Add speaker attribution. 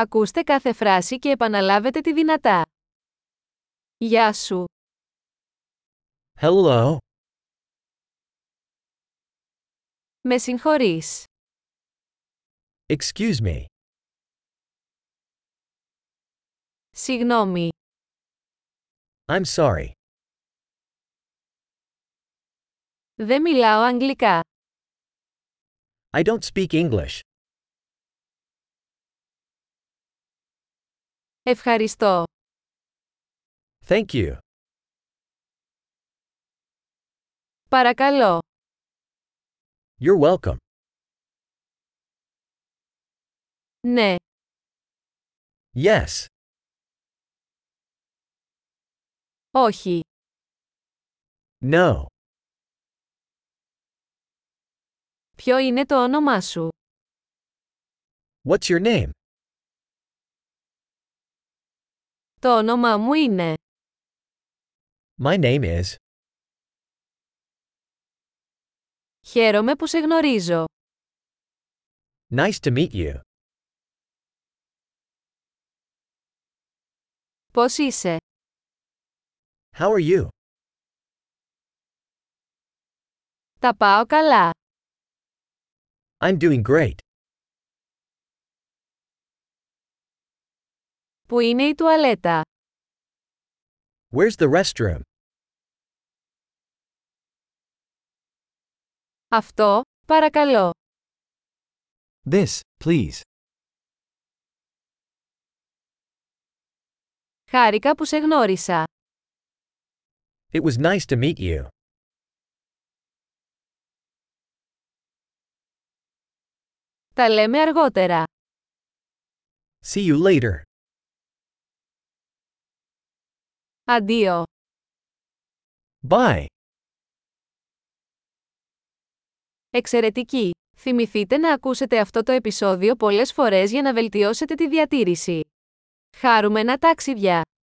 Speaker 1: Ακούστε κάθε φράση και επαναλάβετε τη δυνατά. Γεια σου.
Speaker 2: Hello.
Speaker 1: Με συγχωρείς.
Speaker 2: Excuse me.
Speaker 1: Συγγνώμη.
Speaker 2: I'm sorry.
Speaker 1: Δεν μιλάω αγγλικά.
Speaker 2: I don't speak English.
Speaker 1: Ευχαριστώ.
Speaker 2: Thank you.
Speaker 1: Παρακαλώ.
Speaker 2: You're welcome.
Speaker 1: Ναι.
Speaker 2: Yes.
Speaker 1: Όχι.
Speaker 2: No.
Speaker 1: Ποιο είναι το όνομά σου.
Speaker 2: What's your name?
Speaker 1: Το όνομά μου είναι.
Speaker 2: My name is.
Speaker 1: Χαίρομαι που σε γνωρίζω.
Speaker 2: Nice to meet you.
Speaker 1: Πώς είσαι.
Speaker 2: How are you?
Speaker 1: Τα πάω καλά.
Speaker 2: I'm doing great.
Speaker 1: Πού είναι η τουαλέτα.
Speaker 2: Where's the restroom?
Speaker 1: Αυτό, παρακαλώ.
Speaker 2: This, please.
Speaker 1: Χάρηκα που σε γνώρισα.
Speaker 2: It was nice to meet you.
Speaker 1: Τα λέμε αργότερα.
Speaker 2: See you later.
Speaker 1: Αντίο.
Speaker 2: Bye.
Speaker 1: Εξαιρετική! Θυμηθείτε να ακούσετε αυτό το επεισόδιο πολλές φορές για να βελτιώσετε τη διατήρηση. Χάρουμενα ταξίδια!